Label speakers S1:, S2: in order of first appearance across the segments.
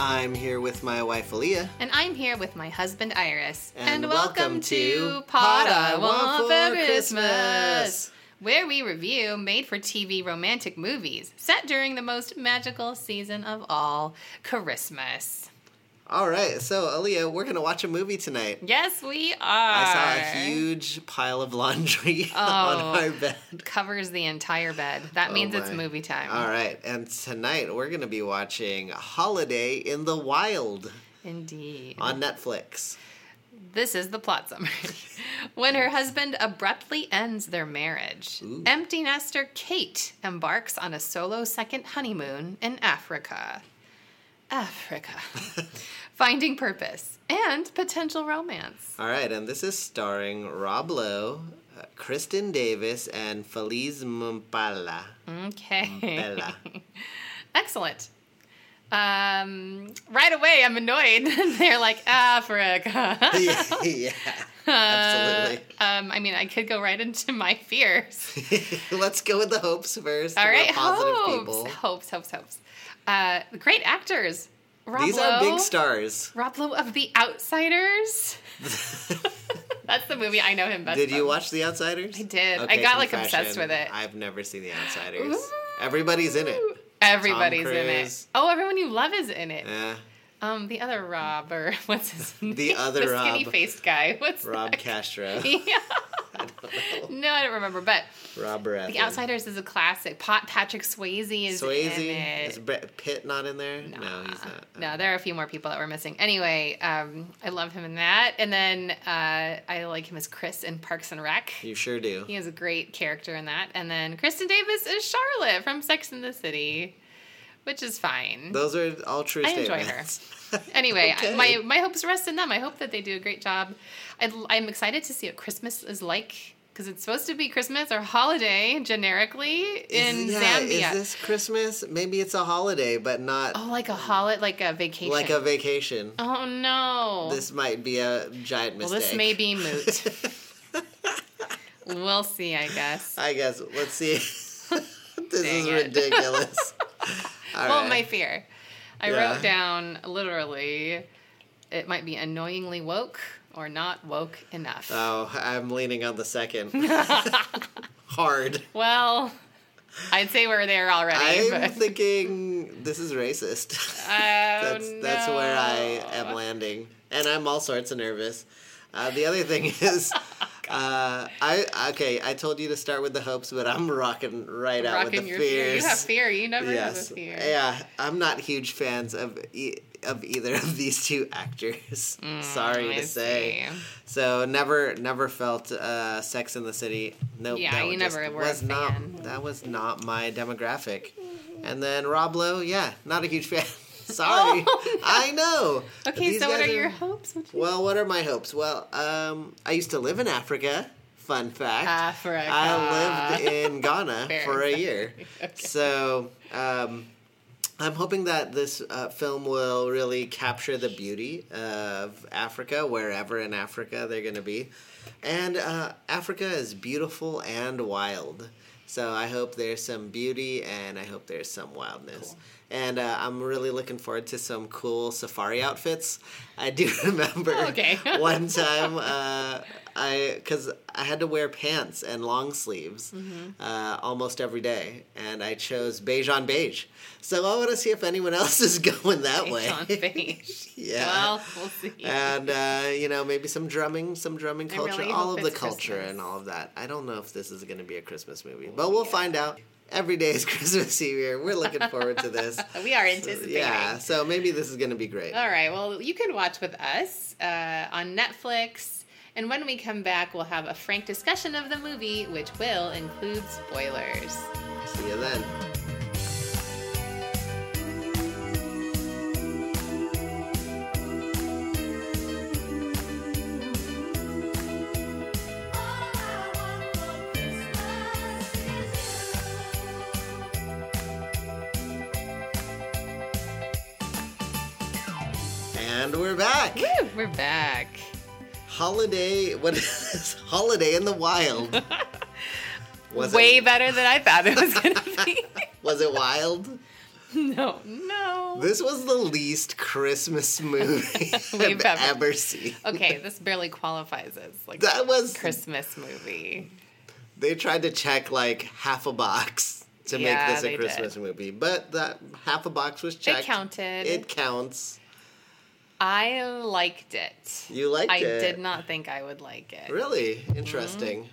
S1: I'm here with my wife, Aaliyah.
S2: And I'm here with my husband Iris.
S1: And welcome to Pod I Want for Christmas.
S2: where we review made for TV romantic movies set during the most magical season of all, Christmas.
S1: All right, so Aaliyah, we're gonna watch a movie tonight.
S2: Yes, we are.
S1: I saw a huge pile of laundry on
S2: Oh.
S1: our bed.
S2: Covers the entire bed. That means it's
S1: Oh my.
S2: movie time.
S1: All right, and tonight we're gonna be watching Holiday in the Wild
S2: Indeed.
S1: on Netflix.
S2: This is the plot summary. when her husband abruptly ends their marriage,
S1: Ooh.
S2: empty nester Kate embarks on a solo second honeymoon in Africa. Africa. Finding purpose and potential romance.
S1: All right, and this is starring Rob Lowe, uh, Kristen Davis, and Feliz Mumpala.
S2: Okay.
S1: Bella.
S2: Excellent. Um, right away, I'm annoyed. They're like, Africa.
S1: yeah, absolutely.
S2: Um, I mean, I could go right into my fears.
S1: Let's go with the hopes first.
S2: All
S1: We're
S2: right,
S1: positive
S2: hopes,
S1: people.
S2: hopes, hopes, hopes. Uh, great actors. Rob
S1: These
S2: Lowe,
S1: are big stars.
S2: Rob Lowe of The Outsiders. That's the movie I know him best.
S1: Did you
S2: from.
S1: watch The Outsiders? I
S2: did. I got, like, obsessed with it.
S1: I've never seen The Outsiders. Everybody's in it.
S2: Everybody's in it.
S1: Cruise.
S2: Oh, everyone you love is in it.
S1: Yeah.
S2: Um, the other Rob or what's his name?
S1: other
S2: the skinny
S1: Rob.
S2: faced guy. What's
S1: Rob
S2: that?
S1: Castro.
S2: Yeah. no, I don't remember. But
S1: Rob Baratheon.
S2: The Outsiders is a classic. Pot Patrick Swayze is in
S1: Swayze.
S2: it.
S1: Is Brett Pitt not in there? No, he's
S2: Uh,
S1: not.
S2: No, there are a few more people that we're missing. Anyway, um, I love him in that, and then uh, I like him as Chris in Parks and Rec.
S1: You sure do.
S2: He is a great character in that, and then Kristen Davis is Charlotte from Sex and the City, which is fine.
S1: Those are all true
S2: I enjoy her.
S1: statements.
S2: Anyway,
S1: Okay.
S2: my my hopes rest in them. I hope that they do a great job. i I'm excited to see what Christmas is like. Because it's supposed to be Christmas or holiday generically in
S1: is, yeah,
S2: Zambia.
S1: Is this Christmas? Maybe it's a holiday, but not
S2: oh, like a holiday, like a vacation.
S1: like a vacation.
S2: oh no!
S1: This might be a giant mistake.
S2: Well, this may be moot. we'll see, I guess.
S1: I guess. Let's see. this is
S2: it.
S1: ridiculous. All
S2: well,
S1: right.
S2: my fear. I
S1: Yeah.
S2: wrote down literally, it might be annoyingly woke or not woke enough.
S1: Oh, I'm leaning on the second. Hard.
S2: well, I'd say we're there already.
S1: I'm
S2: but-
S1: thinking this is racist.
S2: Oh,
S1: that's that's where I am
S2: no.
S1: landing, and I'm all sorts of nervous. Uh, the other thing is,
S2: Oh,
S1: uh, I okay. I told you to start with the hopes, but I'm rocking right out
S2: Rocking
S1: with the
S2: your
S1: fears.
S2: fear. You have fear. You never
S1: Yes.
S2: have a fear.
S1: Yeah, I'm not huge fans of e- of either of these two actors. Sorry
S2: Mm, I
S1: to say.
S2: see.
S1: So never never felt uh, Sex in the City. Nope.
S2: Yeah,
S1: that
S2: you
S1: just
S2: never were a
S1: was not
S2: fan.
S1: that was not my demographic. And then Rob Lowe, yeah, not a huge fan. Sorry.
S2: Oh,
S1: I know. But
S2: Okay,
S1: these
S2: so what are
S1: guys
S2: your hopes? What you-
S1: Well, what are my hopes? Well, um, I used to live in Africa. Fun fact.
S2: Africa.
S1: I lived in Ghana
S2: Fair
S1: for a
S2: enough.
S1: year.
S2: Okay.
S1: So um, I'm hoping that this uh, film will really capture the beauty of Africa, wherever in Africa they're going to be. And uh, Africa is beautiful and wild. So I hope there's some beauty and I hope there's some wildness. And uh, I'm really looking forward to some cool safari outfits. I do remember
S2: Okay.
S1: one time uh, I because I had to wear pants and long sleeves
S2: Mm-hmm.
S1: uh, almost every day, and I chose beige on beige. So I want to see if anyone else is going that way.
S2: on beige.
S1: Yeah.
S2: Well, we'll see.
S1: And uh, you know maybe some drumming, some drumming
S2: I
S1: culture,
S2: really
S1: all
S2: hope
S1: of the
S2: it's
S1: culture
S2: Christmas.
S1: and all of that. I don't know if this is going to be a Christmas movie, but we'll find out. Every day is Christmas Eve here. We're looking forward to this.
S2: we are anticipating.
S1: yeah, so maybe this is going to be great.
S2: All right. Well, you can watch with us uh, on Netflix. And when we come back, we'll have a frank discussion of the movie, which will include spoilers.
S1: See you then. And we're back.
S2: Woo, we're back.
S1: Holiday. What is this? Holiday in the Wild? Was
S2: Way
S1: it
S2: better than I thought it was going to be.
S1: was it wild?
S2: No, no.
S1: This was the least Christmas movie
S2: We've
S1: I've
S2: ever-
S1: ever, seen.
S2: Okay, this barely qualifies as like
S1: That was
S2: Christmas movie.
S1: they tried to check like half a box to
S2: Yeah,
S1: make this
S2: they
S1: a Christmas
S2: did.
S1: movie, but that half a box was checked.
S2: counted.
S1: It counts.
S2: I liked it.
S1: You liked
S2: I
S1: it.
S2: did not Mm-hmm. think I would like it.
S1: Really interesting.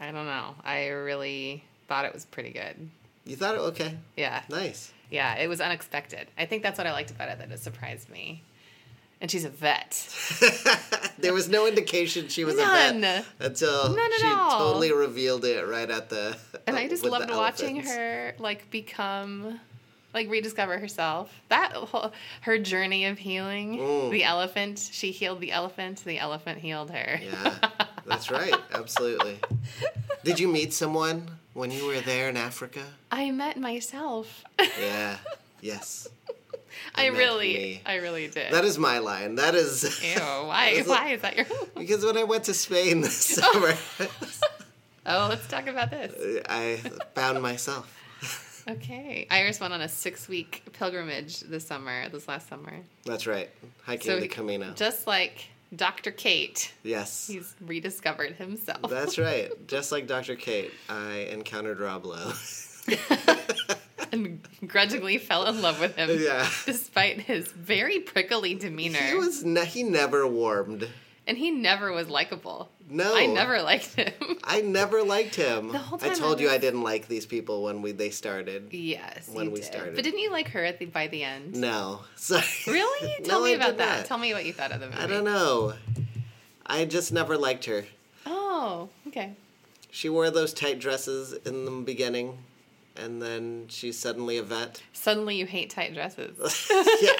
S2: I don't know. I really thought it was pretty good.
S1: You thought it okay?
S2: Yeah.
S1: Nice.
S2: Yeah, it was unexpected. I think that's what I liked about it that it surprised me. And she's a vet.
S1: there was no indication she was a
S2: None.
S1: vet until
S2: None at
S1: she
S2: all.
S1: totally revealed it right at the.
S2: And I just
S1: with the
S2: loved watching
S1: elephants.
S2: her like become like rediscover herself. That whole her journey of healing.
S1: Mm.
S2: The elephant, she healed the elephant, the elephant healed her.
S1: Yeah, that's right. Absolutely. Did you meet someone when you were there in Africa?
S2: I met myself.
S1: Yeah. Yes.
S2: I
S1: met
S2: really
S1: me.
S2: I really did.
S1: That is my line. That is.
S2: Ew, why why is that your
S1: Because when I went to Spain this summer,
S2: Oh, let's talk about this.
S1: I found myself.
S2: Okay. Iris went on a six week pilgrimage this summer, this last summer.
S1: That's right. Hiking the
S2: he-
S1: Camino.
S2: Just like Dr. Kate,
S1: yes.
S2: he's rediscovered himself.
S1: That's right. Just like Dr. Kate, I encountered Rob Lowe.
S2: and grudgingly fell in love with him.
S1: Yeah.
S2: Despite his very prickly demeanor.
S1: He was ne- he never warmed.
S2: and he never was likable.
S1: No.
S2: I never liked him.
S1: I never liked him.
S2: The whole
S1: I
S2: time
S1: told
S2: I
S1: you I
S2: was-
S1: didn't like these people when we they started.
S2: yes.
S1: When
S2: you
S1: we
S2: did.
S1: started.
S2: But didn't you like her at the, by the end?
S1: No. Sorry.
S2: Really?
S1: No,
S2: Tell me
S1: I
S2: about
S1: did
S2: that.
S1: not.
S2: Tell me what you thought of the movie.
S1: I don't know. I just never liked her.
S2: Oh, okay.
S1: She wore those tight dresses in the beginning, and then she's suddenly a vet.
S2: Suddenly you hate tight dresses.
S1: yeah.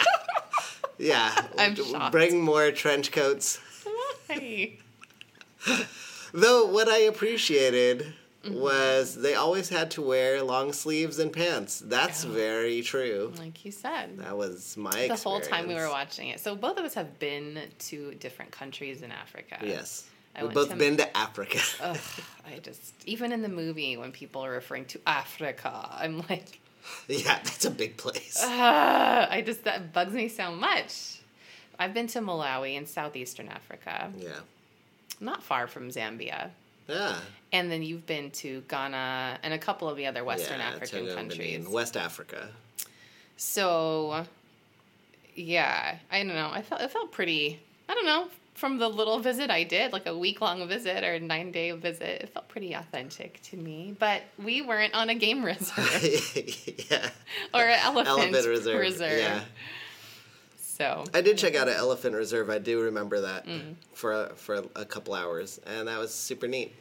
S1: Yeah.
S2: I'm
S1: W-
S2: shocked.
S1: Bring more trench coats.
S2: Why?
S1: Though what I appreciated
S2: Mm-hmm.
S1: was they always had to wear long sleeves and pants. That's very true.
S2: Like you said.
S1: That was my
S2: the
S1: experience.
S2: whole time we were watching it. So both of us have been to different countries in Africa.
S1: Yes.
S2: I
S1: We've
S2: went
S1: both
S2: to- Oh.
S1: been to Africa.
S2: Ugh, I just even in the movie when people are referring to Africa, I'm like,
S1: yeah, that's a big place.
S2: ah, I just that bugs me so much. I've been to Malawi in southeastern Africa,
S1: yeah.
S2: not far from Zambia.
S1: Yeah.
S2: And then you've been to Ghana and a couple of the other Western
S1: yeah,
S2: African
S1: Togo and Benin.
S2: countries.
S1: West Africa.
S2: So, yeah, I don't know. I felt it felt pretty. I don't know from the little visit I did, like a week long visit or a nine day visit. It felt pretty authentic to me. But we weren't on a game reserve
S1: yeah.
S2: or an elephant,
S1: Elephant
S2: reserve.
S1: Reserve. Yeah. Oh,
S2: So
S1: I did check out an elephant reserve. I do remember that
S2: Mm.
S1: for a, for a couple hours, and that was super neat.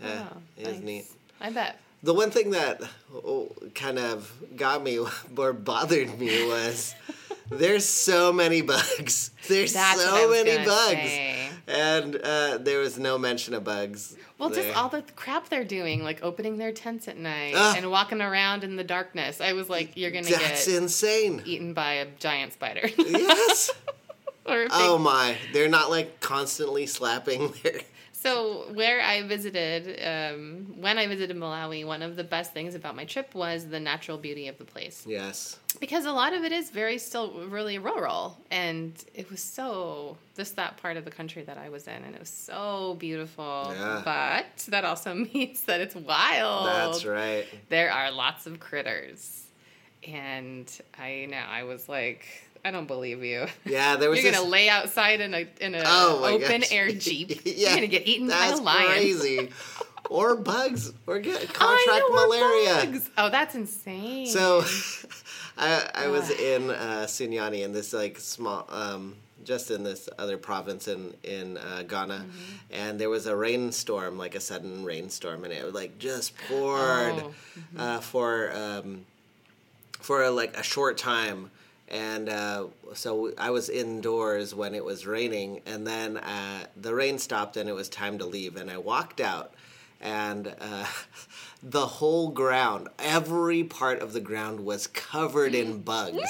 S1: Yeah,
S2: wow,
S1: it was
S2: oh, nice.
S1: neat.
S2: I bet.
S1: The one thing that oh, kind of got me or bothered me was there's so many bugs. There's
S2: That's what I
S1: so
S2: was
S1: many
S2: gonna
S1: bugs,
S2: say.
S1: and uh, there was no mention of bugs.
S2: Well,
S1: there.
S2: just all the crap they're doing, like opening their tents at night
S1: Ugh.
S2: and walking around in the darkness. I was like, you're gonna
S1: that's
S2: get
S1: insane.
S2: eaten by a giant spider
S1: yes.
S2: or a big
S1: Oh my! They're not like constantly slapping their.
S2: So where I visited, um, when I visited Malawi, one of the best things about my trip was the natural beauty of the place
S1: Yes.
S2: because a lot of it is very still really rural, and it was so just that part of the country that I was in, and it was so beautiful.
S1: Yeah.
S2: But that also means that it's wild.
S1: That's right.
S2: There are lots of critters, and I know I was like, I don't believe you.
S1: Yeah, there was
S2: You're
S1: this-
S2: gonna lay outside in a in a
S1: Oh my
S2: open
S1: gosh.
S2: air jeep. You're gonna get eaten by a
S1: that's
S2: lion.
S1: Crazy. or bugs. Or get
S2: I
S1: contract
S2: know, or
S1: malaria.
S2: bugs. Oh, that's insane.
S1: So I I was
S2: Ugh.
S1: in uh Sunyani in this like small um just in this other province in in uh, Ghana,
S2: Mm-hmm.
S1: and there was a rainstorm, like a sudden rainstorm, and it like just poured
S2: Oh.
S1: uh, for um, for like a short time and uh, so i was indoors when it was raining and then uh, the rain stopped and it was time to leave and i walked out and uh, the whole ground every part of the ground was covered in bugs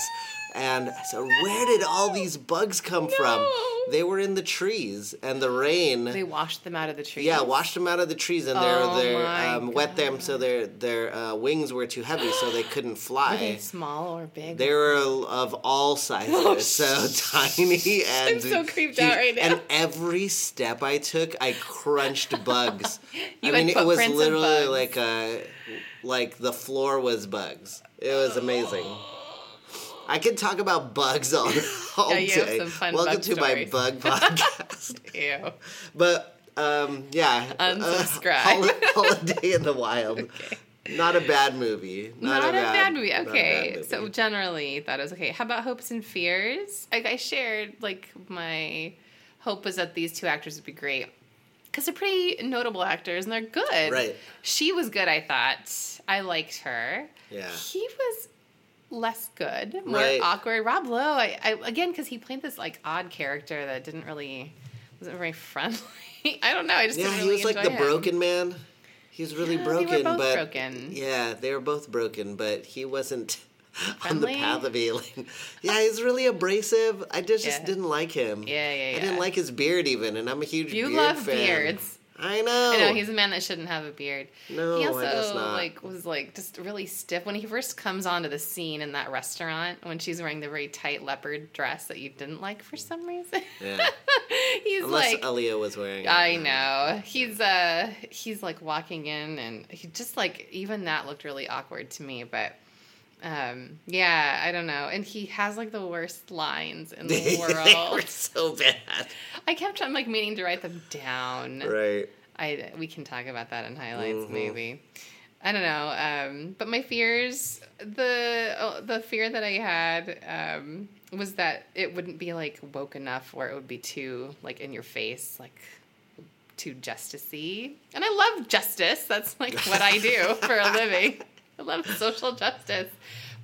S1: And I said, Where did all these bugs come from?
S2: No.
S1: They were in the trees and the rain.
S2: They washed them out of the trees.
S1: yeah, washed them out of the trees and
S2: Oh
S1: they're, they're
S2: my
S1: um, wet them so their their uh, wings were too heavy so they couldn't fly.
S2: Were they small or big?
S1: They were of all sizes, so tiny and
S2: so creeped out right now.
S1: And every step I took, I crunched bugs.
S2: You
S1: I
S2: had
S1: mean, it was
S2: footprints of
S1: literally
S2: bugs.
S1: like a like the floor was bugs. It was amazing. I could talk about bugs all, all
S2: Yeah, you have
S1: day.
S2: some fun
S1: Welcome
S2: bug
S1: to my
S2: stories.
S1: bug podcast.
S2: Ew.
S1: but um, yeah, uh,
S2: Unsubscribe.
S1: Hol- Holiday in the Wild. Not a bad movie.
S2: Not,
S1: Not,
S2: a bad, movie.
S1: not a bad
S2: Okay,
S1: movie.
S2: so generally that is okay. How about hopes and fears? Like I shared, like my hope was that these two actors would be great because they're pretty notable actors and they're good.
S1: Right.
S2: She was good. I thought I liked her.
S1: Yeah.
S2: He was less good, more
S1: Right.
S2: awkward. Rob Lowe, I, I again because he played this like odd character that didn't really wasn't very friendly. I don't know. I just
S1: Yeah,
S2: didn't
S1: he was
S2: really
S1: like
S2: enjoy
S1: the
S2: him.
S1: broken man. He was really
S2: Yeah, they were
S1: broken,
S2: both
S1: but
S2: broken.
S1: yeah, they were both broken, but he wasn't on the
S2: Friendly?
S1: path of healing. yeah, he's really abrasive. I just, just
S2: Yeah.
S1: didn't like him.
S2: Yeah, yeah,
S1: I didn't
S2: yeah.
S1: like his beard even, and I'm a huge
S2: You
S1: beard
S2: love
S1: fan.
S2: beards.
S1: I know.
S2: I know he's a man that shouldn't have a beard.
S1: Oh. No,
S2: he
S1: I
S2: also
S1: guess not.
S2: like was like just really stiff when he first comes onto the scene in that restaurant when she's wearing the very tight leopard dress that you didn't like for some reason.
S1: Yeah.
S2: he's
S1: Unless
S2: like
S1: Elia was wearing. it.
S2: I know. He's uh he's like walking in and he just like even that looked really awkward to me, but um yeah, I don't know. And he has like the worst lines in the
S1: they were
S2: world.
S1: so bad.
S2: I kept on like meaning to write them down.
S1: Right.
S2: I we can talk about that in highlights
S1: Mhm.
S2: maybe. I don't know. Um, but my fears, the oh, the fear that I had um, was that it wouldn't be like woke enough, or it would be too like in your face, like too justicey. And I love justice. That's like what I do for a living. I love social justice.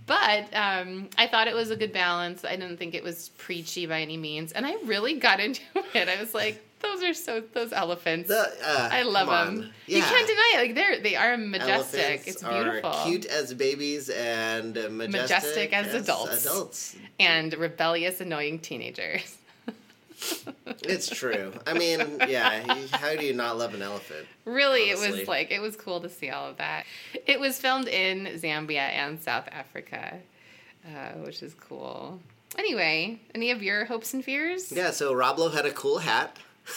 S2: But um, I thought it was a good balance. I didn't think it was preachy by any means, and I really got into it. I was like, those are so those elephants.
S1: The, uh,
S2: I love
S1: come on.
S2: them.
S1: Yeah.
S2: You can't deny it. Like they're they are majestic.
S1: Elephants
S2: it's
S1: are
S2: beautiful
S1: cute as babies and uh, majestic,
S2: Majestic as adults.
S1: Adults.
S2: and rebellious, annoying teenagers.
S1: It's true. I mean, yeah. you- How do you not love an elephant?
S2: really, it
S1: Honestly.
S2: was like it was cool to see all of that. It was filmed in Zambia and South Africa, uh, which is cool. Anyway, any of your hopes and fears?
S1: Yeah. So Roblo had a cool hat.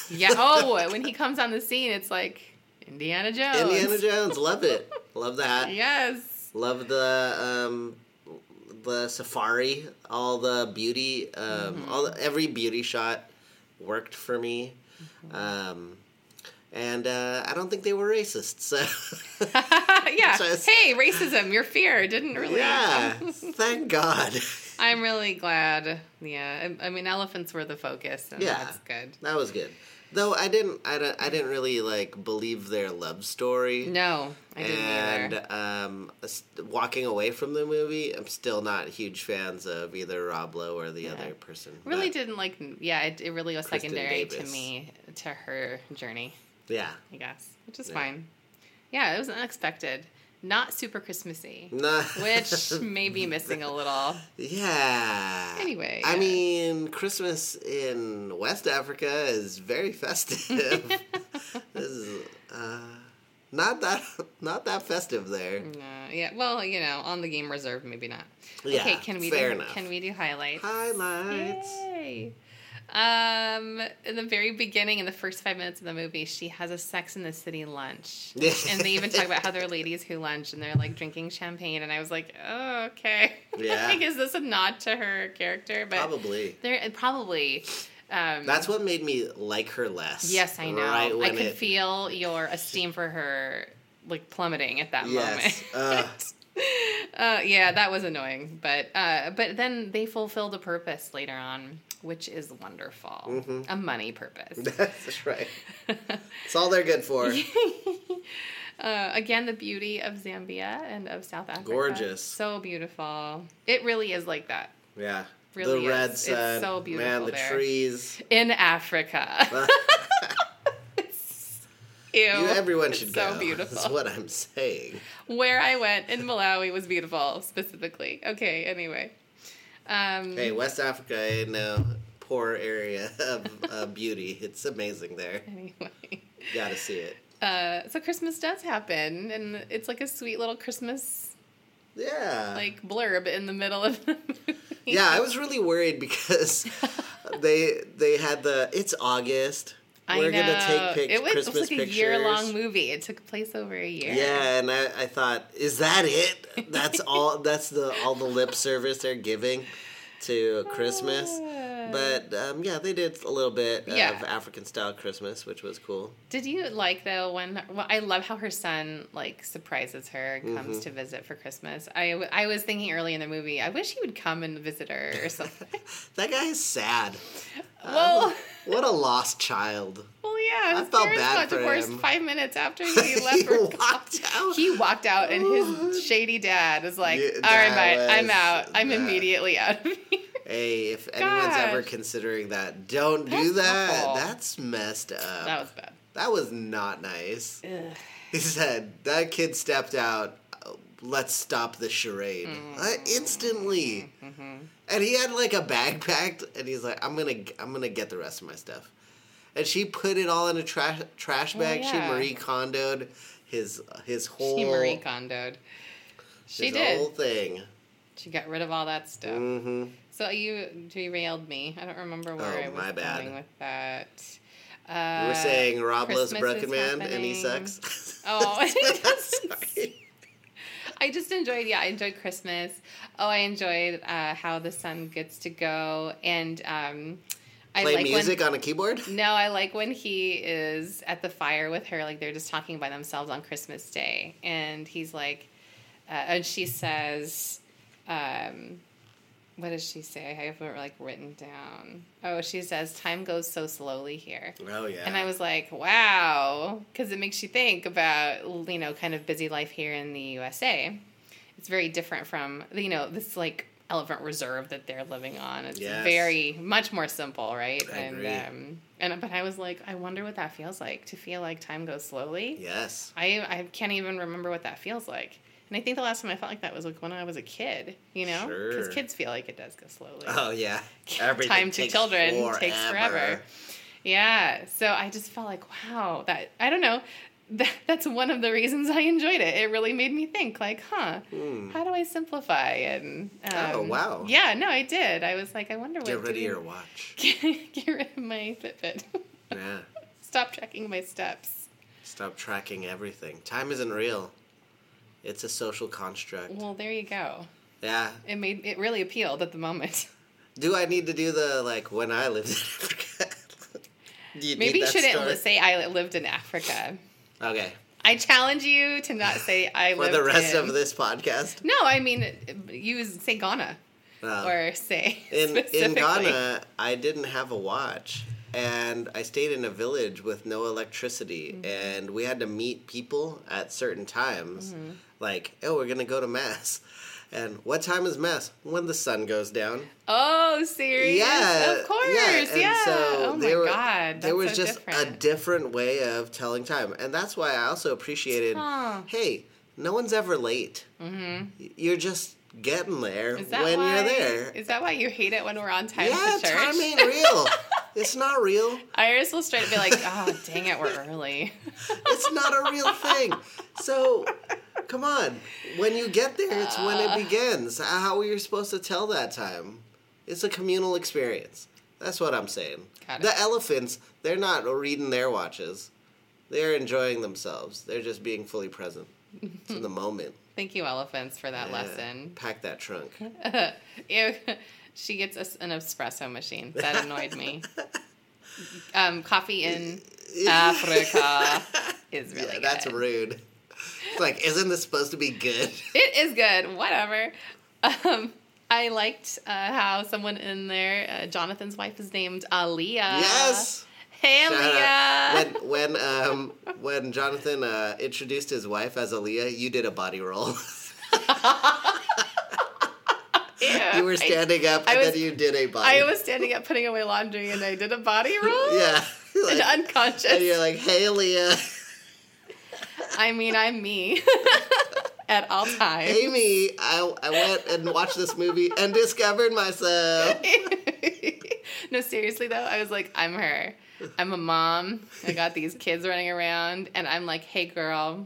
S2: Yeah. Oh, when he comes on the scene, it's like Indiana Jones.
S1: Indiana Jones. Love it. Love the hat.
S2: Yes.
S1: Love the um, the safari. All the beauty. Um,
S2: Mm-hmm.
S1: All the, every beauty shot worked for me.
S2: Mm-hmm.
S1: Um, and uh, I don't think they were racist. So.
S2: yeah.
S1: Just-
S2: Hey, racism, your fear didn't really.
S1: Yeah, thank God.
S2: I'm really glad. Yeah, I, I mean, elephants were the focus, and
S1: Yeah.
S2: that's good.
S1: That was good. Though I didn't, I, don't- I didn't really like believe their love story.
S2: No, I didn't either.
S1: and um, s- walking away from the movie, I'm still not huge fans of either Rob Lowe or the other person.
S2: Really
S1: but,
S2: didn't like. Yeah, it, it really was
S1: Kristen
S2: secondary to
S1: Davis.
S2: me to her journey,
S1: Yeah,
S2: I guess, which is
S1: Yeah.
S2: fine. Yeah, it was unexpected, not super Christmassy,
S1: nah.
S2: which may be missing a little.
S1: yeah.
S2: Anyway,
S1: I
S2: yeah.
S1: mean, Christmas in West Africa is very festive. this is uh, not that not that festive there.
S2: No, yeah, well, you know, on the game reserve, maybe not.
S1: Yeah,
S2: okay, can we
S1: fair
S2: do,
S1: enough.
S2: Can we do highlights?
S1: Highlights.
S2: Yay. Um, in the very beginning, in the first five minutes of the movie, she has a Sex in the City lunch,
S1: Yeah.
S2: and they even talk about how they're ladies who lunch and they're like drinking champagne, and I was like, oh, okay,
S1: Yeah.
S2: like is this a nod to her character? But
S1: Probably.
S2: there and probably. Um,
S1: That's what made me like her less.
S2: yes, I know.
S1: Right
S2: I
S1: when
S2: could
S1: it-
S2: feel your esteem for her like plummeting at that
S1: Yes.
S2: moment.
S1: Uh,
S2: Uh, yeah, that was annoying, but uh, but then they fulfilled a purpose later on, which is wonderful.
S1: Mm-hmm.
S2: A money purpose.
S1: that's right. It's all they're good for.
S2: uh, again, the beauty of Zambia and of South Africa.
S1: Gorgeous.
S2: So beautiful. It really is like that
S1: Yeah.
S2: Really
S1: the
S2: is.
S1: red
S2: It's
S1: sun.
S2: so beautiful
S1: Man, the
S2: there.
S1: trees.
S2: in Africa.
S1: Uh,
S2: Ew.
S1: you, everyone
S2: It's
S1: should
S2: so
S1: go.
S2: beautiful.
S1: Is what I'm saying.
S2: Where I went in Malawi was beautiful, specifically. Okay, anyway. Um,
S1: Hey, West Africa in a poor area of uh, beauty. It's amazing there.
S2: Anyway.
S1: Gotta see it.
S2: Uh, so Christmas does happen, and it's like a sweet little Christmas
S1: Yeah.
S2: like blurb in the middle of the movie.
S1: yeah, I was really worried because they they had the it's August.
S2: I
S1: We're
S2: know.
S1: gonna take pic-
S2: it was,
S1: Christmas
S2: it was like a
S1: pictures.
S2: year long movie. It took place over a year.
S1: Yeah, and I, I thought, is that it? That's all. That's the all the lip service they're giving to Christmas. But um, yeah, they did a little bit
S2: Oh, Yeah.
S1: of African style Christmas, which was cool.
S2: Did you like though when well, I love how her son like surprises her and comes
S1: Mm-hmm.
S2: to visit for Christmas? I, w- I was thinking early in the movie, I wish he would come and visit her or something.
S1: That guy is sad. Um,
S2: well,
S1: What a lost child.
S2: well, yeah.
S1: I
S2: his
S1: felt
S2: parents
S1: bad
S2: got
S1: for
S2: divorced
S1: him.
S2: five minutes after he left.
S1: He
S2: for
S1: walked out.
S2: He walked out, and his shady dad was like,
S1: Yeah,
S2: "All right,
S1: that
S2: bye. I'm
S1: was-
S2: out. I'm
S1: that-
S2: immediately out of here."
S1: Hey, if anyone's
S2: Gosh.
S1: ever considering that, don't do
S2: That's
S1: that.
S2: awful.
S1: That's messed up.
S2: That was bad.
S1: That was not nice. He said, that kid stepped out. Let's stop the charade.
S2: Mm-hmm.
S1: Uh, instantly. And he had like a bag packed and he's like, I'm going to I'm going to get the rest of my stuff. And she put it all in a trash trash
S2: Well,
S1: bag.
S2: Oh, yeah.
S1: She Marie Kondoed his his whole
S2: She Marie Kondoed. She
S1: his
S2: did.
S1: whole thing.
S2: She got rid of all that stuff.
S1: hmm
S2: So you derailed me. I don't remember where
S1: Oh,
S2: I was
S1: my bad.
S2: going with that.
S1: We
S2: Uh,
S1: were saying Rob loves
S2: Christmas is
S1: Bruckenman and he
S2: happening.
S1: sucks.
S2: Oh, it doesn't
S1: Sorry.
S2: I just enjoyed, yeah, I enjoyed Christmas. Oh, I enjoyed uh, how the sun gets to go, and um, I
S1: Play
S2: like
S1: music on a keyboard?
S2: when. No, I like when he is at the fire with her, like they're just talking by themselves on Christmas Day, and he's like, uh, and she says, um, "What does she say?" I have it like written down. Oh, she says, "Time goes so slowly here."
S1: Oh yeah.
S2: And I was like, wow, because it makes you think about, you know, kind of busy life here in the USA. It's very different from, you know, this like elephant reserve that they're living on. It's
S1: Yes.
S2: very much more simple, right?
S1: I
S2: and
S1: agree.
S2: um and but I was like, I wonder what that feels like to feel like time goes slowly.
S1: Yes.
S2: I I can't even remember what that feels like. And I think the last time I felt like that was like when I was a kid, you know? Because
S1: Sure.
S2: kids feel like it does go slowly.
S1: Oh yeah.
S2: time to children takes forever. Yeah. So I just felt like, wow, that I don't know. That, that's one of the reasons I enjoyed it. It really made me think, like, huh,
S1: Hmm.
S2: how do I simplify? And um,
S1: Oh, wow.
S2: yeah, no, I did. I was like, I wonder what
S1: Get rid of
S2: doing-
S1: your watch.
S2: get rid of my Fitbit.
S1: Yeah.
S2: Stop tracking my steps.
S1: Stop tracking everything. Time isn't real. It's a social construct.
S2: Well, there you go.
S1: Yeah.
S2: It made it really appealed at the moment.
S1: Do I need to do the like when I lived in Africa? Do you need
S2: Maybe you
S1: that
S2: shouldn't
S1: story?
S2: say I lived in Africa.
S1: Okay.
S2: I challenge you to not say I
S1: For
S2: lived
S1: the rest
S2: in-
S1: of this podcast.
S2: No, I mean, use say Ghana.
S1: Uh,
S2: or say
S1: in in
S2: specifically.
S1: Ghana, I didn't have a watch, and I stayed in a village with no electricity,
S2: Mm-hmm.
S1: and we had to meet people at certain times,
S2: Mm-hmm.
S1: like oh, we're gonna go to mass, and what time is mass? When the sun goes down.
S2: Oh, serious? of course, yeah.
S1: and
S2: oh my
S1: there were-
S2: god, that's
S1: there was
S2: so
S1: just a
S2: different.
S1: different way of telling time, and that's why I also appreciated.
S2: Huh.
S1: Hey, no one's ever late. Mm-hmm. You're just getting there
S2: Is that
S1: when
S2: why,
S1: you're there.
S2: Is that why you hate it when we're on time
S1: Yeah,
S2: at the church?
S1: time ain't real. it's not real.
S2: Iris will straight up be like, "Oh, dang it, we're early."
S1: It's not a real thing. So, come on. When you get there, it's when
S2: Uh.
S1: it begins. Uh, How are you supposed to tell that time? It's a communal experience. That's what I'm saying.
S2: Got it.
S1: The elephants, they're not reading their watches. They're enjoying themselves. They're just being fully present. It's in the moment.
S2: Thank you, elephants, for that
S1: Yeah.
S2: lesson.
S1: Pack that trunk.
S2: Ew. She gets us an espresso machine. That annoyed me. Um, coffee in Africa is really
S1: yeah,
S2: good.
S1: that's rude. It's like, isn't this supposed to be good?
S2: It is good. Whatever. Um, I liked uh, how someone in there, uh, Jonathan's wife, is named Aaliyah.
S1: yes.
S2: Hey,
S1: Shout
S2: Aaliyah.
S1: out. Uh, When when um when Jonathan uh, introduced his wife as Aaliyah, you did a body roll.
S2: Ew.
S1: you were standing up
S2: I
S1: and
S2: was-
S1: then you did a body.
S2: I, I was standing up putting away laundry and I did a body roll.
S1: yeah.
S2: And
S1: Like, uh,
S2: unconscious.
S1: and you're like, hey, Aaliyah.
S2: I mean, I'm me. at all times.
S1: Amy, I, I went and watched this movie and discovered myself.
S2: no, seriously though, I was like, I'm her. I'm a mom. I got these kids running around, and I'm like, hey girl,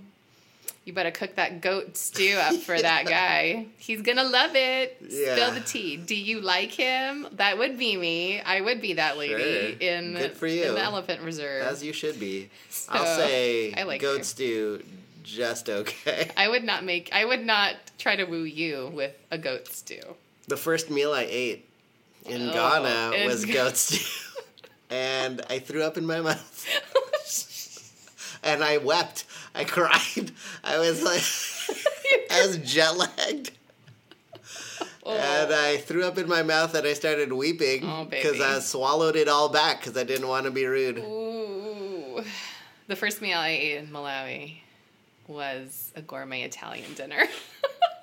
S2: you better cook that goat stew up for that guy. He's gonna love it.
S1: Yeah.
S2: Spill the tea. Do you like him? That would be me. I would be that lady
S1: Sure.
S2: in,
S1: Good for
S2: in
S1: you.
S2: the elephant reserve.
S1: As you should be. I'll
S2: So,
S1: say
S2: I like
S1: goat
S2: her.
S1: stew, just okay.
S2: I would not make. I would not try to woo you with a goat stew.
S1: The first meal I ate in
S2: Oh,
S1: Ghana
S2: in
S1: was
S2: Ga-
S1: goat stew. and I threw up in my mouth. And I wept. I cried. I was like, I was jet lagged.
S2: Oh.
S1: And I threw up in my mouth and I started weeping
S2: Oh,
S1: because I
S2: baby.
S1: swallowed it all back because I didn't want to be rude.
S2: Ooh. The first meal I ate in Malawi was a gourmet Italian dinner.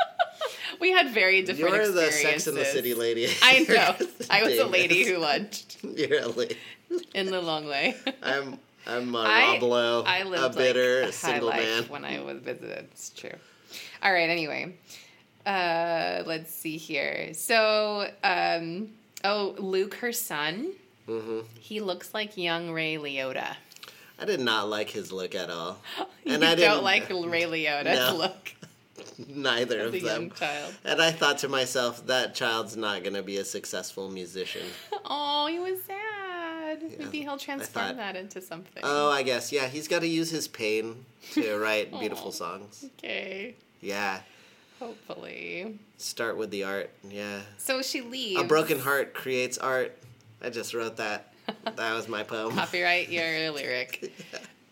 S2: we had very different
S1: You're the
S2: experiences.
S1: Sex in the City lady.
S2: I know. I was a
S1: Davis.
S2: lady who lunched
S1: You're a lady.
S2: in the long way.
S1: I'm I'm a
S2: I-
S1: Roblo,
S2: I lived
S1: Oh, a bitter
S2: like a high
S1: single
S2: life
S1: man.
S2: when I was visited. It's true. All right. Anyway, uh, let's see here. So, um, oh, Luke, her son.
S1: Mhm.
S2: He looks like young Ray Liotta.
S1: I did not like his look at all.
S2: You
S1: And I didn't-
S2: don't like Ray Liotta's
S1: No.
S2: look
S1: Neither
S2: as
S1: of
S2: a young
S1: them.
S2: child.
S1: And I thought to myself, that child's not going to be a successful musician.
S2: Oh, he was sad. Maybe he'll transform
S1: thought-
S2: that into something.
S1: Oh, I guess yeah. He's got to use his pain to write beautiful
S2: Aw.
S1: songs.
S2: okay.
S1: Yeah.
S2: Hopefully.
S1: Start with the art. Yeah.
S2: So she leaves.
S1: A broken heart creates art. I just wrote that. That was my poem.
S2: Copyright your lyric.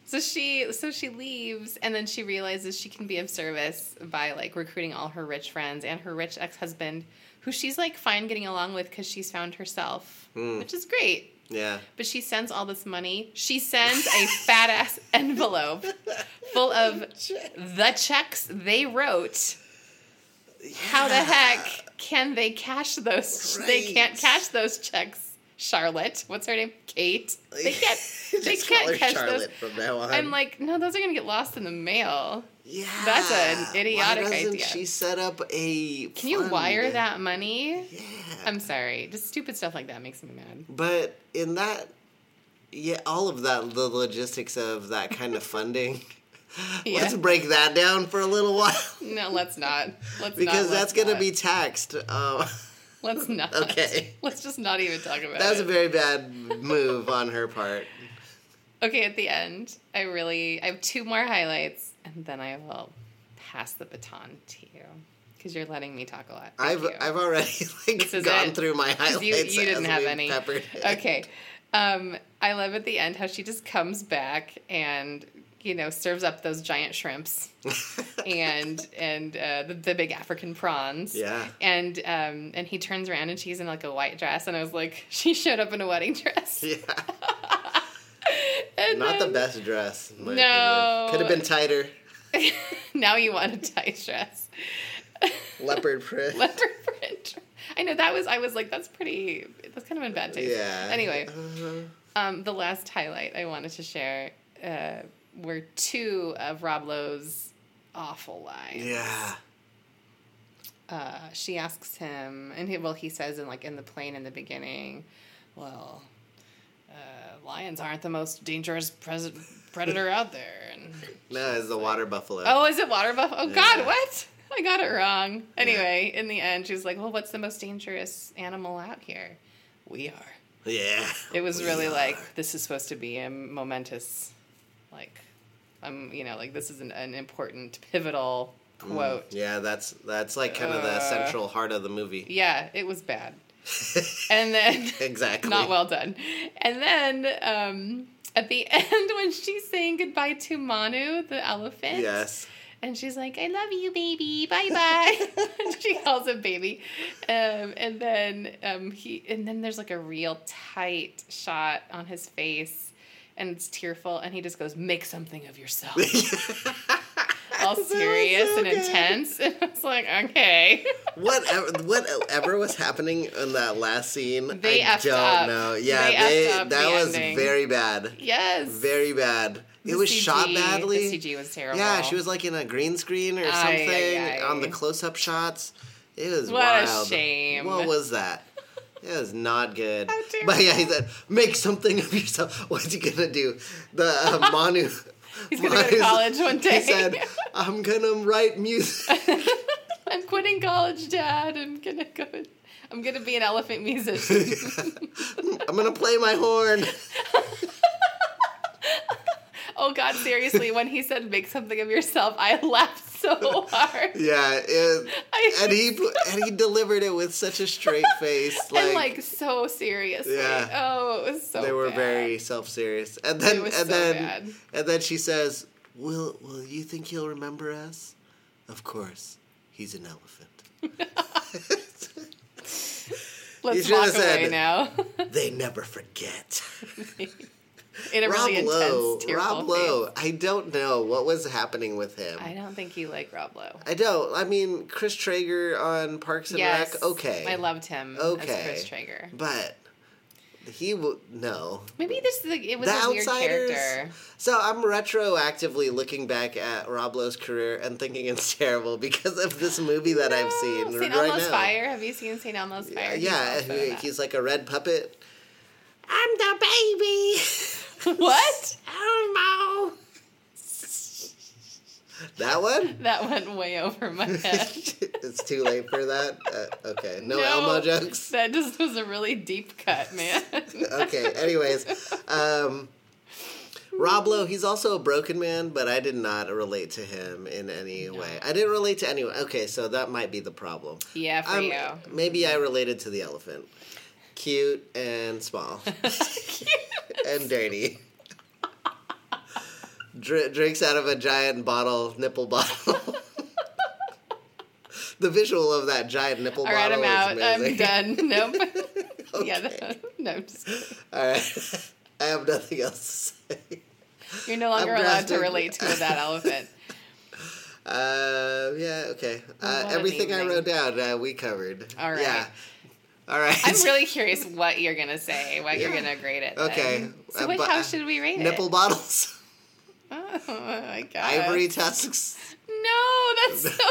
S2: So she so she leaves and then she realizes she can be of service by like recruiting all her rich friends and her rich ex-husband who she's like fine getting along with cuz she's found herself,
S1: Hmm.
S2: which is great.
S1: Yeah.
S2: But she sends all this money. She sends a fat ass envelope full of the checks they wrote. How the heck can they cash those? They
S1: Right.
S2: can't cash those checks. Charlotte, what's her name? Kate. They can't. they
S1: Just call
S2: can't
S1: her
S2: cash
S1: Charlotte
S2: those.
S1: from now on.
S2: I'm like, no, those are gonna get lost in the mail.
S1: yeah.
S2: that's an idiotic
S1: Why doesn't
S2: idea.
S1: She set up a.
S2: Can you
S1: fund?
S2: wire that money?
S1: Yeah.
S2: I'm sorry, just stupid stuff like that makes me mad.
S1: but in that, yeah, all of that, the logistics of that kind of funding.
S2: Yeah.
S1: Let's break that down for a little while
S2: No, let's not. Let's
S1: because that's
S2: not, let's
S1: going to
S2: not.
S1: be taxed. Um,
S2: Let's not.
S1: Okay.
S2: Let's just not even talk about
S1: that was
S2: it.
S1: a very bad move on her part.
S2: Okay, at the end, I really I have two more highlights, and then I will pass the baton to you because you're letting me talk a lot. Thank
S1: I've
S2: you.
S1: I've already like
S2: This is
S1: gone
S2: it.
S1: through my
S2: 'Cause
S1: highlights.
S2: you, you didn't
S1: as
S2: have
S1: we've
S2: any.
S1: peppered it.
S2: Okay, um, I love at the end how she just comes back and you know serves up those giant shrimps and and uh, the, the big African prawns.
S1: Yeah.
S2: And um, and he turns around and she's in like a white dress, and I was like, she showed up in a wedding dress.
S1: Yeah.
S2: And
S1: Not the
S2: then-
S1: best dress. in my
S2: No.
S1: opinion. Could have been tighter.
S2: now you want a tight dress.
S1: Leopard print.
S2: leopard print. I know that was. I was like, that's pretty. That's kind of in bad taste.
S1: yeah.
S2: Anyway,
S1: Uh-huh.
S2: um, the last highlight I wanted to share uh, were two of Rob Lowe's awful lines.
S1: Yeah.
S2: Uh, she asks him, and he, well, he says in like in the plane in the beginning, well, uh, lions aren't the most dangerous pres- predator out there, and
S1: No, it's the water buffalo.
S2: Oh, is it water buffalo? Oh God,
S1: Yeah.
S2: what? I got it wrong. Anyway, in the end, she was like, "Well, what's the most dangerous animal out here? We are."
S1: Yeah.
S2: It was
S1: We
S2: really
S1: are.
S2: like this is supposed to be a momentous, like, um, you know, like this is an, an important pivotal
S1: Mm.
S2: quote.
S1: Yeah, that's that's like kind of the
S2: Uh.
S1: central heart of the movie.
S2: Yeah, it was bad. And then
S1: exactly.
S2: not well done. And then um, at the end, when she's saying goodbye to Manu, the elephant.
S1: Yes.
S2: And she's like, I love you, baby. Bye bye. she calls him baby. Um, and then um, he and then there's like a real tight shot on his face and it's tearful and he just goes, Make something of yourself. All
S1: That was
S2: serious
S1: so
S2: and
S1: good.
S2: intense. And I was like, Okay.
S1: Whatever, whatever was happening in that last scene,
S2: They
S1: I
S2: effed
S1: don't
S2: up.
S1: know. Yeah,
S2: They
S1: they,
S2: effed up
S1: that
S2: the
S1: was
S2: ending.
S1: very bad,
S2: yes.
S1: very bad. it was shot
S2: CG
S1: badly.
S2: The CG was terrible.
S1: Yeah, she was like in a green screen or
S2: Aye,
S1: something
S2: aye, aye.
S1: on the close-up shots. It was
S2: What a
S1: wild.
S2: shame.
S1: What was that? It was not good.
S2: How
S1: But yeah, he
S2: terrible.
S1: said, "Make something of yourself." What's he gonna do? The uh, Manu.
S2: He's gonna go to
S1: Manu's-
S2: college one day.
S1: He said, "I'm gonna write music."
S2: I'm quitting college, Dad. I'm gonna go. I'm gonna be an elephant musician.
S1: I'm gonna play my horn.
S2: oh God, seriously! When he said "make something of yourself," I laughed so hard.
S1: Yeah, it,
S2: I,
S1: and he and he delivered it with such a straight face. Like,
S2: and like so seriously.
S1: Yeah.
S2: Oh, it was so.
S1: they were
S2: bad.
S1: very self-serious. And then
S2: It was
S1: and
S2: so
S1: then
S2: bad.
S1: and then she says, "Will will you think he'll remember us?" Of course. He's an elephant. you
S2: Let's
S1: should've
S2: walk away
S1: said-
S2: now.
S1: they never forget.
S2: In a
S1: Rob
S2: really
S1: Lowe.
S2: intense,
S1: Rob
S2: tearful
S1: Lowe. I don't know what was happening with him.
S2: I don't think you like Rob Lowe.
S1: I don't. I mean, Chris Traeger on Parks and
S2: Yes.
S1: Rec. Okay.
S2: I loved him.
S1: Okay.
S2: As Chris Traeger.
S1: But he will no.
S2: Maybe this is like it was
S1: The
S2: a
S1: Outsiders.
S2: weird character.
S1: So I'm retroactively looking back at Rob Lowe's career and thinking it's terrible because of this movie that I've seen
S2: St.
S1: right
S2: Elmo's
S1: now. Uh,
S2: Fire. Have you seen St. Elmo's Fire? He's
S1: yeah,
S2: also
S1: he-
S2: in that.
S1: he's like a red puppet. I'm the baby.
S2: what?
S1: Elmo. That one?
S2: That went way over my head.
S1: it's too late for that. Uh, okay, no, Elmo jokes.
S2: That just was a really deep cut, man.
S1: Okay. Anyways, um, Rob Lowe, he's also a broken man, but I did not relate to him in any way. I didn't relate to anyone. Okay, so that might be the problem.
S2: Yeah, for
S1: Um,
S2: you.
S1: Maybe I related to the elephant. Cute and small and dirty. Dr- drinks out of a giant bottle, nipple bottle. the visual of that giant nipple
S2: All right,
S1: bottle
S2: I'm out.
S1: is amazing.
S2: I'm done. Nope. Yeah, that- no, I'm just kidding.
S1: All right. I have nothing else to say.
S2: you're no longer allowed to
S1: drafting.
S2: relate to that elephant.
S1: Uh, yeah, okay. Uh,
S2: What an
S1: everything I
S2: evening.
S1: wrote down, uh, we covered.
S2: All right.
S1: Yeah. All right.
S2: I'm really curious what you're gonna say, what you're
S1: Yeah.
S2: gonna grade it. then.
S1: Okay.
S2: So
S1: Uh,
S2: wait,
S1: but-
S2: how should we rate
S1: Nipple
S2: it?
S1: bottles,
S2: Oh my god.
S1: ivory tusks,
S2: No, that's so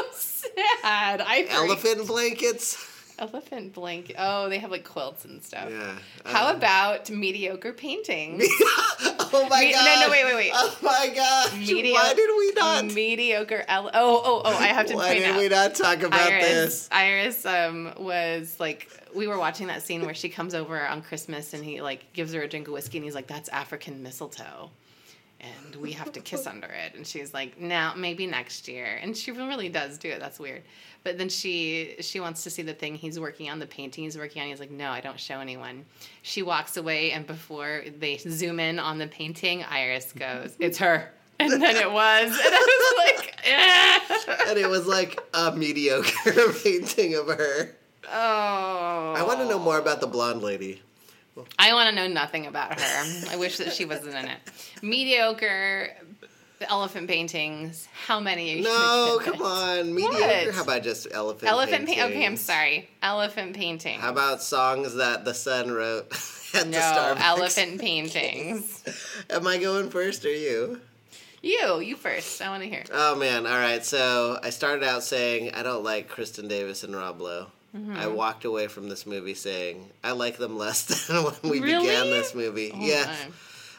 S2: sad. Ivory.
S1: elephant blankets.
S2: Elephant blanket. Oh, they have like quilts and stuff.
S1: Yeah.
S2: How
S1: um,
S2: about mediocre painting?
S1: oh my
S2: Me- no,
S1: god.
S2: no, wait, wait, wait.
S1: Oh my god.
S2: Medio-
S1: Why did we not?
S2: Mediocre. Ele- oh, oh, oh! I have to
S1: Why
S2: point
S1: did
S2: out.
S1: we not talk about
S2: Iris,
S1: this?
S2: Iris um, was like, we were watching that scene where she comes over on Christmas and he like gives her a drink of whiskey and he's like, that's African mistletoe. And we have to kiss under it. And she's like, no, maybe next year. And she really does do it. That's weird. But then she she wants to see the thing he's working on, the painting he's working on. He's like, no, I don't show anyone. She walks away, and before they zoom in on the painting, Iris goes, it's her. And then it was. And I was like, eh.
S1: And it was like a mediocre painting of her.
S2: Oh.
S1: I want to know more about the blonde lady.
S2: I want to know nothing about her. I wish that she wasn't in it. Mediocre elephant paintings. How many are you
S1: No,
S2: gonna
S1: come
S2: give it?
S1: on. Mediocre.
S2: What?
S1: How about just elephant
S2: Elephant painting.
S1: paintings?
S2: okay, I'm sorry. Elephant painting.
S1: How about songs that the sun wrote at the
S2: no,
S1: Starbucks?
S2: elephant paintings.
S1: Am I going first or you?
S2: You, you first. I want to hear.
S1: Oh man! All right. So I started out saying I don't like Kristen Davis and Rob Lowe.
S2: Mm-hmm.
S1: I walked away from this movie saying I like them less than when we
S2: Really?
S1: began this movie.
S2: Oh,
S1: yeah.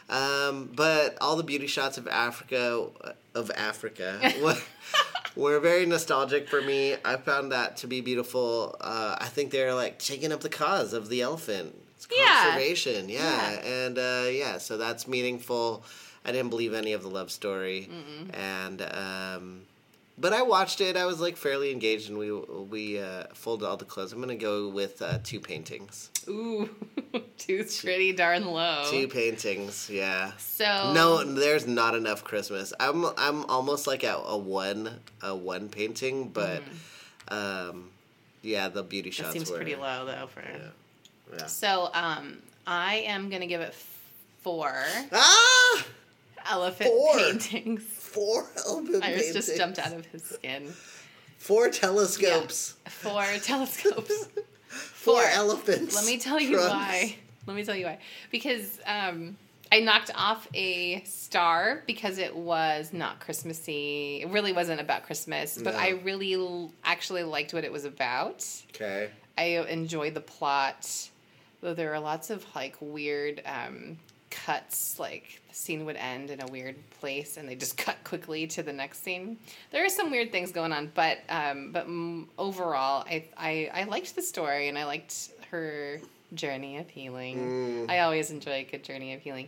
S1: Um, but all the beauty shots of Africa, uh, of Africa, were, were very nostalgic for me. I found that to be beautiful. Uh, I think they're like taking up the cause of the elephant. It's
S2: Yeah.
S1: conservation. Yeah. And uh, yeah, so that's meaningful. I didn't believe any of the love story. And, um, but I watched it. I was like fairly engaged, and we we uh, folded all the clothes. I'm gonna go with uh, two paintings.
S2: my. Ooh, too pretty darn low.
S1: Two paintings, yeah.
S2: So
S1: No, there's not enough Christmas. I'm I'm almost like at a one a one painting, but um, yeah, the beauty shots
S2: Mm-hmm. that seems
S1: were
S2: pretty low though for.
S1: Yeah.
S2: So um, I am gonna give it four
S1: Ah,
S2: elephant
S1: Four.
S2: paintings.
S1: four album
S2: Iris just
S1: paintings.
S2: jumped out of his skin.
S1: Four telescopes,
S2: Four telescopes.
S1: four,
S2: Four.
S1: elephants.
S2: Let me tell you
S1: trunks.
S2: why. Let me tell you why. Because um, I knocked off a star because it was not Christmassy. It really wasn't about Christmas, but
S1: No.
S2: I really l- actually liked what it was about.
S1: Okay.
S2: I enjoyed the plot, though there were lots of like weird um, cuts. Like the scene would end in a weird place, and they just cut quickly to the next scene. There are some weird things going on, but um, but mm, overall, I, I I liked the story and I liked her journey of healing.
S1: Mm.
S2: I always enjoy a good journey of healing.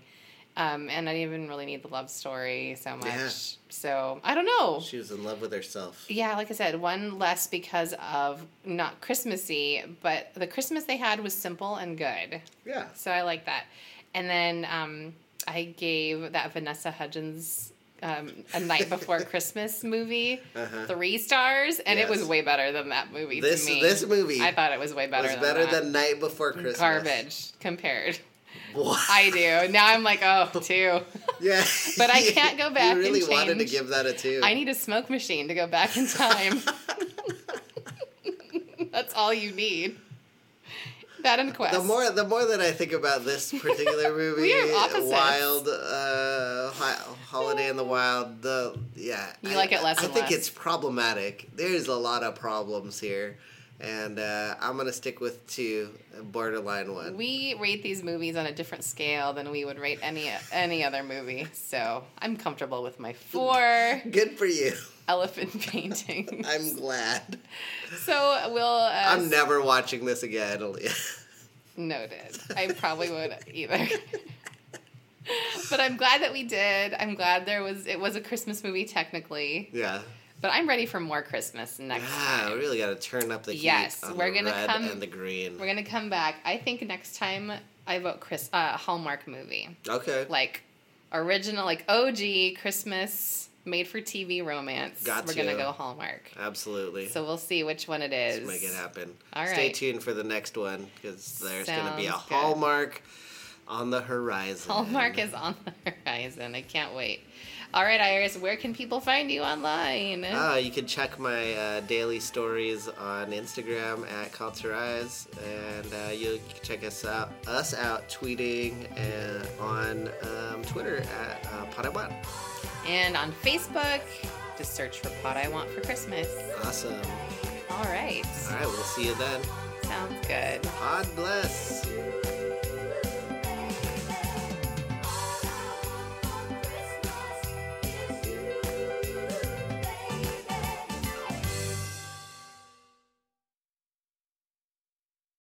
S2: Um, and I didn't even really need the love story so much.
S1: Yeah.
S2: So I don't know.
S1: She was in love with herself.
S2: Yeah, like I said, one less because of not Christmassy, but the Christmas they had was simple and good.
S1: Yeah.
S2: So I like that. And then um, I gave that Vanessa Hudgens um, A Night Before Christmas movie
S1: Uh-huh.
S2: three stars, and it was
S1: Yes.
S2: way better than that movie
S1: This-
S2: to me.
S1: this movie
S2: I thought it was way better
S1: was
S2: than
S1: better
S2: that. Mm,
S1: than Night Before Christmas.
S2: Garbage compared.
S1: What?
S2: I do. Now I'm like, oh, two.
S1: Yeah.
S2: But I can't go back and
S1: You really wanted to
S2: change.
S1: give that a two.
S2: I need a smoke machine to go back in time. That's all you need. That and Quest.
S1: The more the more that I think about this particular movie,
S2: We are opposites.
S1: Wild uh, Ho- Holiday in the Wild, the yeah,
S2: You like it less
S1: I
S2: and
S1: think
S2: less.
S1: it's problematic. There's a lot of problems here, and uh, I'm gonna stick with two, borderline one.
S2: we rate these movies on a different scale than we would rate any any other movie. So I'm comfortable with my four
S1: Good for you.
S2: elephant paintings.
S1: I'm glad.
S2: so we'll. Uh,
S1: I'm never watching this again. Aaliyah.
S2: Noted. I probably would either. but I'm glad that we did. I'm glad there was it was a Christmas movie technically.
S1: yeah.
S2: But I'm ready for more Christmas next
S1: Yeah,
S2: time.
S1: we really gotta turn up the heat
S2: Yes,
S1: on
S2: we're
S1: the
S2: gonna
S1: red
S2: come-
S1: and the green.
S2: We're gonna come back. I think next time I vote Chris uh, Hallmark movie.
S1: okay.
S2: Like original like OG Christmas made for TV romance.
S1: Got
S2: We're gonna
S1: you.
S2: go Hallmark.
S1: Absolutely.
S2: So we'll see which one it is.
S1: Let's make it happen.
S2: All
S1: Stay
S2: right.
S1: tuned for the next one because there's going to be a
S2: Sounds good.
S1: hallmark on the horizon.
S2: Hallmark is on the horizon. I can't wait. All right, Iris, where can people find you online?
S1: Ah, you can check my uh, daily stories on Instagram at Culturize, and uh, you can check us out us out tweeting and on um, Twitter at uh, Paraguan.
S2: and on Facebook, just search for Pot I Want for Christmas.
S1: Awesome.
S2: All right.
S1: All right, we'll see you then.
S2: Sounds good.
S1: God bless.
S2: All